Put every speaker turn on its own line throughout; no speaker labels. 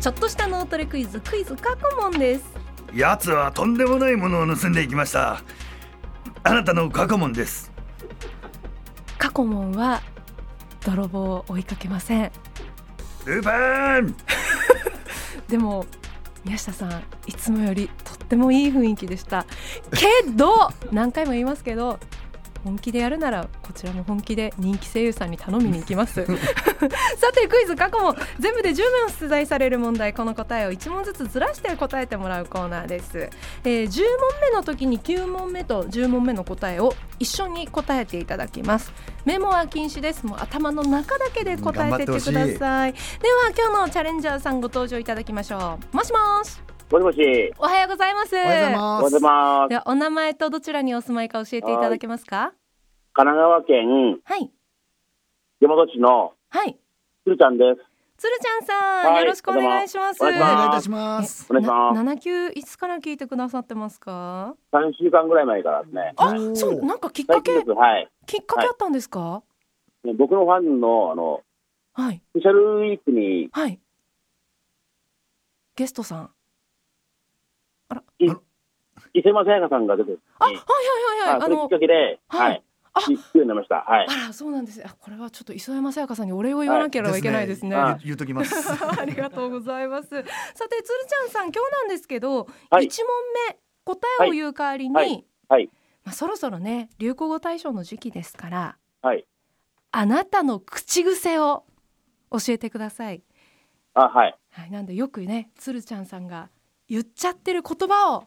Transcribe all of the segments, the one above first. ちょっとした脳トレクイズクイズ過去問です
奴はとんでもないものを盗んでいきましたあなたの過去問です
過去問は泥棒を追いかけません
ルパン
でも宮下さんいつもよりとってもいい雰囲気でしたけど何回も言いますけど本気でやるならこちらも本気で人気声優さんに頼みに行きますさてクイズ過去も全部で10問出題される問題この答えを1問ずつずらして答えてもらうコーナーです、えー10問目の時に9問目と10問目の答えを一緒に答えていただきますメモは禁止ですもう頭の中だけで答えてって
頑張ってほ
くだ
しい
さいでは今日のチャレンジャーさんご登場いただきましょうもしもし
もしもし、
おはようございます
おはようござい
おはよ
ま
うござい
す。
ます。
ではお名前とどちらにお住まいか教えていただけますか
神奈川県
はい
大和市の
はい
鶴ちゃんです。
つるちゃんさん、
はい
よろしくお願いします。
お願い
お
します
願いいたします。
お願いします
七九いつから聞いてくださってますか。
3週間ぐらい前からですね。
あ
お、ー
そう、なんかきっか
最
け
近で、す。はい。
きっかけあったんですか。
ね僕のファンの、あの、
はい、
スペシャルウィークに
はい。ゲストさん。
伊勢正也さんが出て、
あ、は
う
い
ん
はいはいはい、
あ
あ
それきっ
の。
かけで、
はい
はい。
あ
行くようになりました。はい
あ。ら、そうなんですね。あ、これはちょっと磯山さやかさんにお礼を言わなければいけないですね。
は
言言うときます。
ありがとうございます。さて、つるちゃんさん、今日なんですけど、一、
はい
問目答えを言う代わりに、
はいはい
まあそろそろね、流行語大賞の時期ですから、
はい。
あなたの口癖を教えてください。
あ、はい。
はい、なんでよくね、つるちゃんさんが言っちゃってる言葉を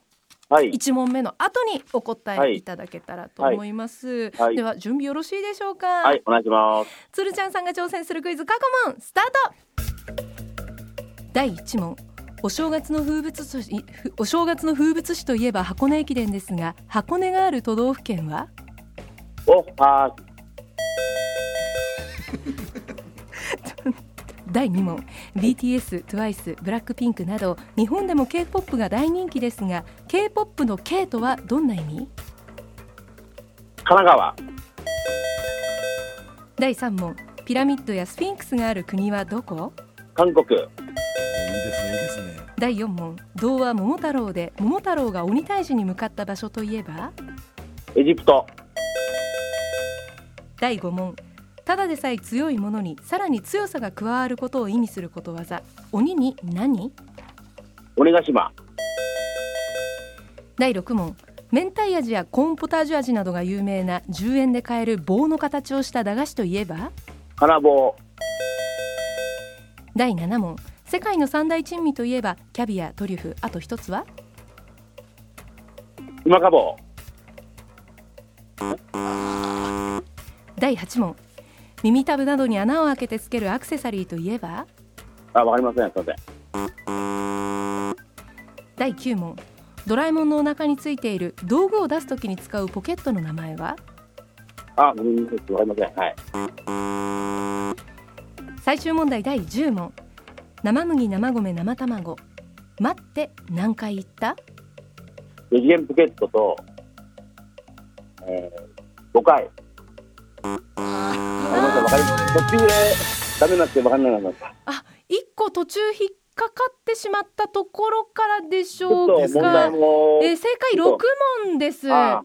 はい。
一問目の後にお答えいただけたらと思います。
いはい
では準備よろしいでしょうか。
はい。お願いします。
つるちゃんさんが挑戦するクイズ過去問スタート第1問お正月の風物詩ふお正月の風物詩といえば箱根駅伝ですが箱根がある都道府県は
お、パー
第2問 BTS、TWICE、ブラックピンクなど日本でも K-POP が大人気ですが K-POP の K とはどんな意味
神奈川。
第3問ピラミッドやスフィンクスがある国はどこ
韓国。
いいですね、いいですね。
第4問童話桃太郎で桃太郎が鬼退治に向かった場所といえば
エジプト。
第5問ただでさえ強いものにさらに強さが加わることを意味することわざ鬼に何
鬼ヶ島。
第6問明太味やコーンポタージュ味などが有名な10円で買える棒の形をした駄菓子といえば
金棒。
第7問世界の三大珍味といえばキャビアトリュフあと一つは
馬かぼ
第8問耳たぶなどに穴を開けてつけるアクセサリーといえば
あ、わかりません。すみません。
第9問ドラえもんのお腹についている道具を出すときに使うポケットの名前は
あ、ごめんなさい。わかりません。はい。
最終問題第10問生麦生米生卵待って何回言った
四次元ポケットと、えー、5回。あわかりました。わかり途中でダメになってわかんなくなりました。
あ一個途中引っかかってしまったところからでし
ちょ
ょ
っと
う
問
か
題も。
えー正解6問です
あ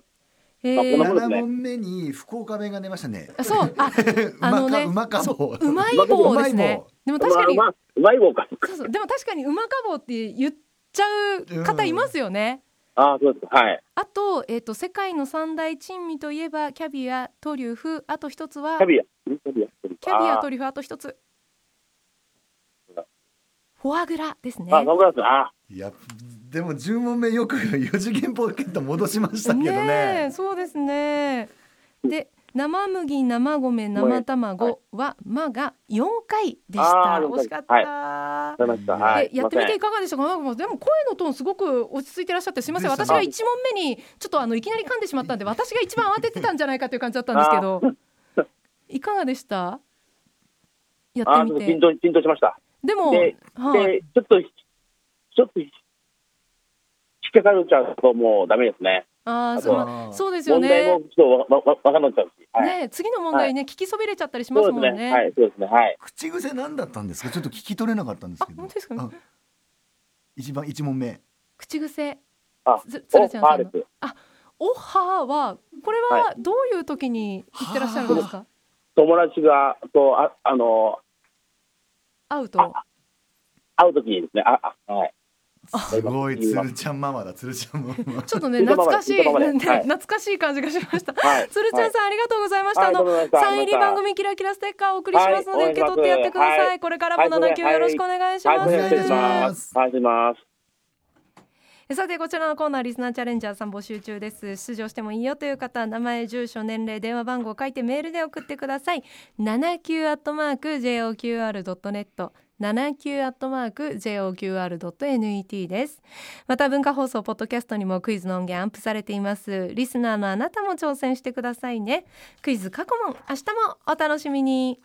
え
まあこん
ー
なもん
七問目に福岡弁が出ましたね。
あそうあ
馬
あ
か
のね
馬か
そ
ぼ
ううまい棒ですねでも確かに
うまうまい棒か。
そうそうでも確かにうまかぼうって言っちゃう方いますよね、
ああ、そうですか。はい。
あと,、えー、と世界の三大珍味といえばキャビアトリュフあと一つは
キャビア。んキャビア。
キャビア
あ
トリュフあと一つ
そうだ。
フォアグラですね。
ーあ、そうです。あ
いや、でも十問目よく四次元ポケット戻しましたけどね。
えそうですね。で、生麦、生米、生卵は、まが四回でした。
あー
惜しかった。
はいあ、わかりました。はい。
でやってみてい
す
かがでしたかなんかもうでも声のトーンすごく落ち着いてらっしゃってすみません
でした
私が一問目にちょっとあのいきなり噛んでしまったんで私が一番慌ててたんじゃないかという感じだったんですけどいかがでしたや
いません。あ
っ
ー、ち
て
ょっ
み
と
て
緊張、緊張しました。
でも
で
はい
で、ちょっと、ちょっと、引っかかるちゃうともうダメですね。
あー
あ
そう
と
ま
は
あそうですよ
問題
ね
も。ちょっとわわわわかんなくなっちゃうし。はい。
ね次の問題ね、聞きそびれちゃったりしま
そ
す
うで
もん
す
ね。
ね。はい、そうですね。はい。
口癖なんだったんですか。ちょっと聞き取れなかったんですけど。
あ本当ですか
あ
一番一問目
口癖
あ
つつる
お
ちゃん
ハ
さ
ー
ん
レ
の
ス。
おははこれはどういう時に言ってらっしゃるんですか
友達が、と、あ、あの、
会うと
会うときにですね、あ、あ、はい。
すごいつるちゃんママだつるちゃんママ
ちょっとね
いいとこ
懐
まで
かしい
いいとこまで
なんで
はい
懐かしい感じがしました
はい。
鶴ちゃんさんありがとうございました
は
あ
いどう
の
もありがとうござ
サ
いました
イン入り番組キラキラステッカーをお送りしますので
はい
受け取ってやってくだ
お願いしま
さ
すはい
これからも7級よろしくお願いしま
はい、
す
お願いし
ま
ますす。お願いします。
さてこちらのコーナーリスナーチャレンジャーさん募集中です出場してもいいよという方名前住所年齢電話番号を書いてメールで送ってください79アットマーク JOQR.net 79アットマーク JOQR.net ですまた文化放送ポッドキャストにもクイズの音源アンプされていますリスナーのあなたも挑戦してくださいねクイズ過去問明日もお楽しみに